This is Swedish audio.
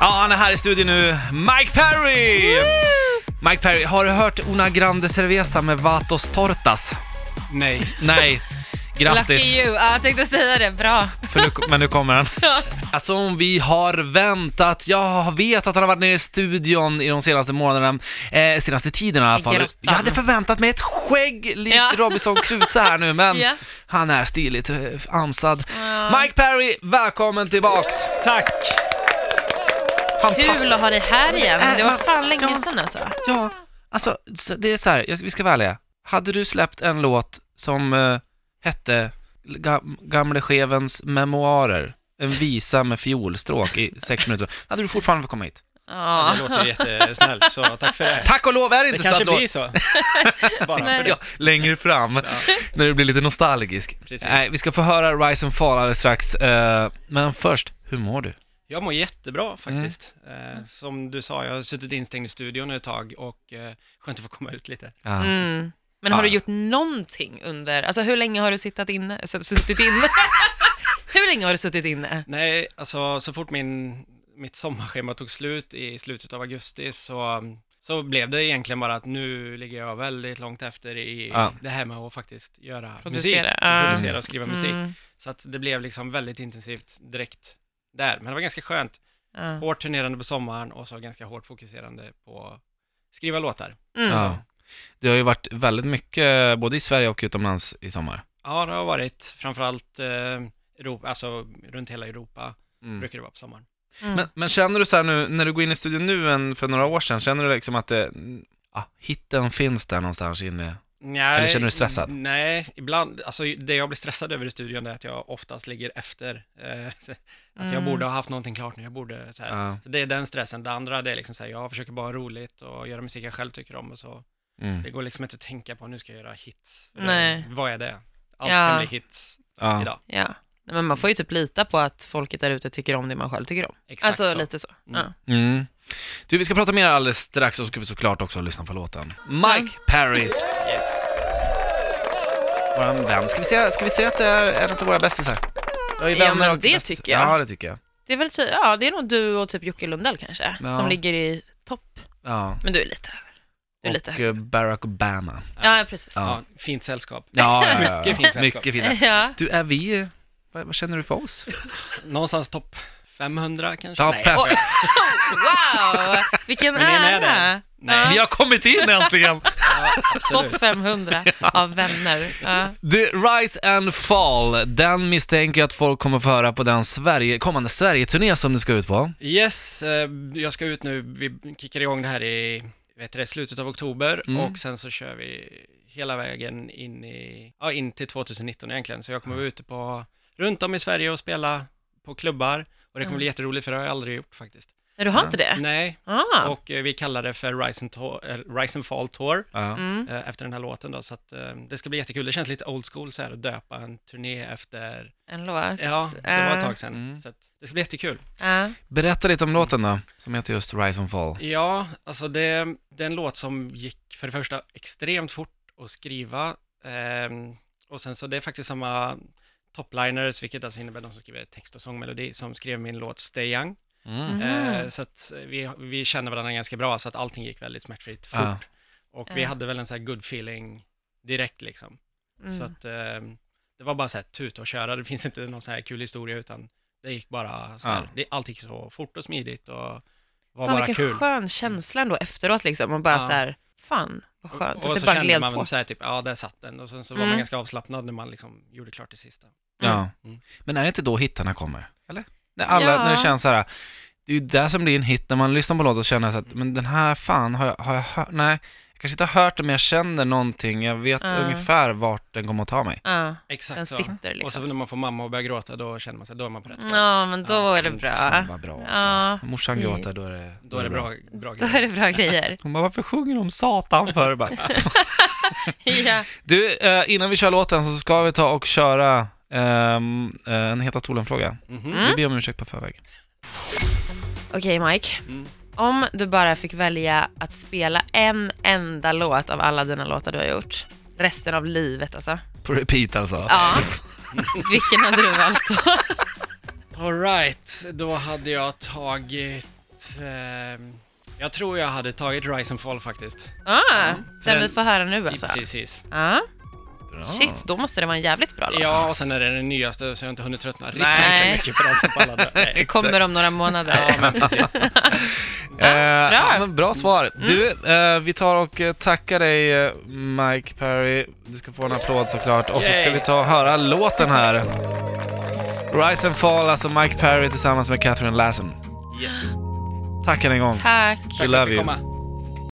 Ja, han är här i studion nu, Mike Perry! Mike Perry, har du hört Una Grande Cerveza med Vatos Tortas? Nej. Nej, Lucky grattis, you. Ja, jag tänkte säga det. Bra. för nu, men nu kommer han. Alltså om vi har väntat, jag vet att han har varit nere i studion i de senaste månaderna, eh, senaste tiden i alla I fall. grottan. Jag hade förväntat mig ett skägg likt Ja. Robinson Crusoe här nu, men Ja. han är stiligt eh, ansad. Ja. Mike Perry, välkommen tillbaks! Tack! Fantastiskt! Kul att ha dig här igen. Det var fan Ja. länge sedan alltså. Ja, alltså så- det är så här, jag- vi ska vara ärliga. Hade du släppt en låt som eh, hette Gam- Gamle Chevens memoarer, en visa med fiolstråk i sex minuter, hade du fortfarande fått komma hit. Ja. Det låter jättesnällt, så tack för det. Tack och lov är det Det inte så kanske att låt- blir så. Bara för Nej. det. Ja, längre fram, när du blir lite nostalgisk. Precis. Nej, vi ska få höra Rise and Fall alldeles strax, eh, men först, hur mår du? Jag mår Mm. jättebra faktiskt. Eh, som du sa, jag har suttit instängd i studion ett tag och eh, skönt att få komma ut lite. Ja. Mm. Men har du Ja. gjort någonting under, alltså hur länge har du suttit inne? s- Suttit inne? hur länge har du suttit inne? Nej, alltså så fort min, mitt sommarschema tog slut i slutet av augusti så, så blev det egentligen bara att nu ligger jag väldigt långt efter i Ja. det här med att faktiskt göra Producera, musik. ja. Producera och skriva musik. Mm. Så att det blev liksom väldigt intensivt direkt där. Men det var ganska skönt. Ja. Hårt turnerande på sommaren och så ganska hårt fokuserande på skriva låtar. Mm. Ja. Det har ju varit väldigt mycket, både i Sverige och utomlands i sommar. Ja, det har varit framförallt eh, Europa, alltså runt hela Europa Mm. brukar det vara på sommaren. Mm. Men, men känner du så här nu, när du går in i studion nu än för några år sedan, känner du liksom att det, ah, hitten finns där någonstans inne? Nej, Eller känner du dig stressad? Nej, ibland, alltså det jag blir stressad över i studion är att jag oftast ligger efter. Eh, att jag Mm. borde ha haft någonting klart nu, jag borde så här. Ja. Det är den stressen. Det andra, det är liksom så här, jag försöker bara ha roligt och göra musik jag själv tycker om och så. Mm. Det går liksom inte att tänka på, nu ska jag göra hits. För Nej. Det, vad är det? Allt Ja. kan bli hits Ja. idag. Mm. Ja. Nej, Men man får ju typ lita på att folket där ute tycker om det man själv tycker om. Exakt alltså så. lite så. Ja. Mm. Du, vi ska prata mer alldeles strax och så ska vi såklart också lyssna på låten. Mike Mm. Perry, Yes. våran vän. Ska vi säga, ska vi säga att det är en av våra bästisar? är Ja, vänner men och det bästis- tycker jag. Ja, det tycker jag. Det är väl ty- ja, det är nog du och typ Jocke Lundell kanske, Ja. som ligger i topp. Ja. Men du är lite över. Du är lite Och högre. eh, Barack Obama. Ja, ja, precis. Ja. Ja, fint sällskap. Ja, ja, Mycket fint sällskap. Mycket fint. Ja. Du, är vi... eh, Vad, vad känner du för oss? Någonstans topp 500 kanske? Topp Nej. 500. Wow, vilken Men ni är med ära! där. Nej. Vi har kommit in äntligen! Ja, absolut. Topp 500 av vänner. Ja. The Rise and Fall, den misstänker jag att folk kommer få höra på den Sverige, kommande Sverige-turné som du ska ut på. Yes, eh, jag ska ut nu. Vi kickar igång det här i vet du det, slutet av oktober Mm. och sen så kör vi hela vägen in, i, ja, in till 2019 egentligen. Så jag Mm. kommer vara ute på, runt om i Sverige och spela på klubbar och det kommer bli jätteroligt för det har jag aldrig gjort faktiskt. Nej, Du har inte det? Nej, Äh. Ah. och eh, vi kallar det för Rise and, Tor- eh, Rise and Fall Tour. Ja. Mm. eh, efter den här låten då, så att eh, det ska bli jättekul. Det känns lite old school så här att döpa en turné efter, En låt. ja, det Eh. var ett tag sedan. Mm. Så att det ska bli jättekul. Ja. Berätta lite om låten då, som heter just Rise and Fall. Ja, alltså det, det är en låt som gick för det första extremt fort att skriva ehm, och sen så det är faktiskt samma topliners, vilket alltså innebär de som skriver text och sångmelodi, som skrev min låt Stay Young. Mm. Mm. Eh, så att vi, vi känner varandra ganska bra, så att allting gick väldigt smärtfritt fort. Ja. Och vi Ja. hade väl en så här good feeling direkt liksom. Mm. Så att eh, det var bara så här tuta och köra, det finns inte någon så här kul historia utan det gick bara så här, Ja. det, allt gick så fort och smidigt och var Fan bara vilken kul. skön känsla ändå efteråt liksom, man bara Ja. så här, fan vad skönt och att så det bara kände gled man på. så här typ, ja där satt den och sen så var Mm. man ganska avslappnad när man liksom gjorde klart det sista. Ja. Mm. Men är det inte då hittarna kommer? Eller? När, alla, Ja. när det känns så här, det är ju det som blir en hit, när man lyssnar på låten och känner så att, men den här fan, har jag, har jag hört, nej, jag kanske inte har hört den men jag känner någonting, jag vet Ja. ungefär vart den kommer att ta mig. Ja, Exakt den så. sitter Och så liksom. när man får mamma och börjar gråta då känner man sig, då är man på rätt spår. Ja, men då Ja. är det bra. Fan vad bra Ja. alltså. När Morsan Fint. gråter, då är det, Då är det bra, bra Då är det grejer. bra grejer. Hon bara, varför sjunger de satan för? Jag Bara, Ja. Du, eh, innan vi kör låten så ska vi ta och köra ehm, eh, en Heta stolen-fråga. Mhm. Mm. Vi ber om ursäkt på förväg. Okej Mike, Mm. om du bara fick välja att spela en enda låt av alla dina låtar du har gjort, resten av livet alltså. På repeat alltså. Ja. Vilken hade du valt då? All right, då hade jag tagit att... ehm, jag tror jag hade tagit Rise and Fall faktiskt. Ah, Ja, för den vi den- får höra nu alltså. Precis. Ah, Bra. shit, då måste det vara en jävligt bra låt. Ja, och sen är det den nyaste så jag har inte hunnit tröttna riktigt Nej. så mycket på den som på alla. Nej. Det kommer om några Ja, månader. men precis. Eh, bra. Mm. ja, men bra svar. Du, eh, vi tar och eh, tackar dig eh, Mike Perry. Du ska få en applåd såklart. Och så ska Yay. vi ta och höra låten här. Rise and Fall, alltså Mike Perry tillsammans med Catherine Lassen. Yes. Tack än en gång. Tack. We Tack för att love vi you. komma.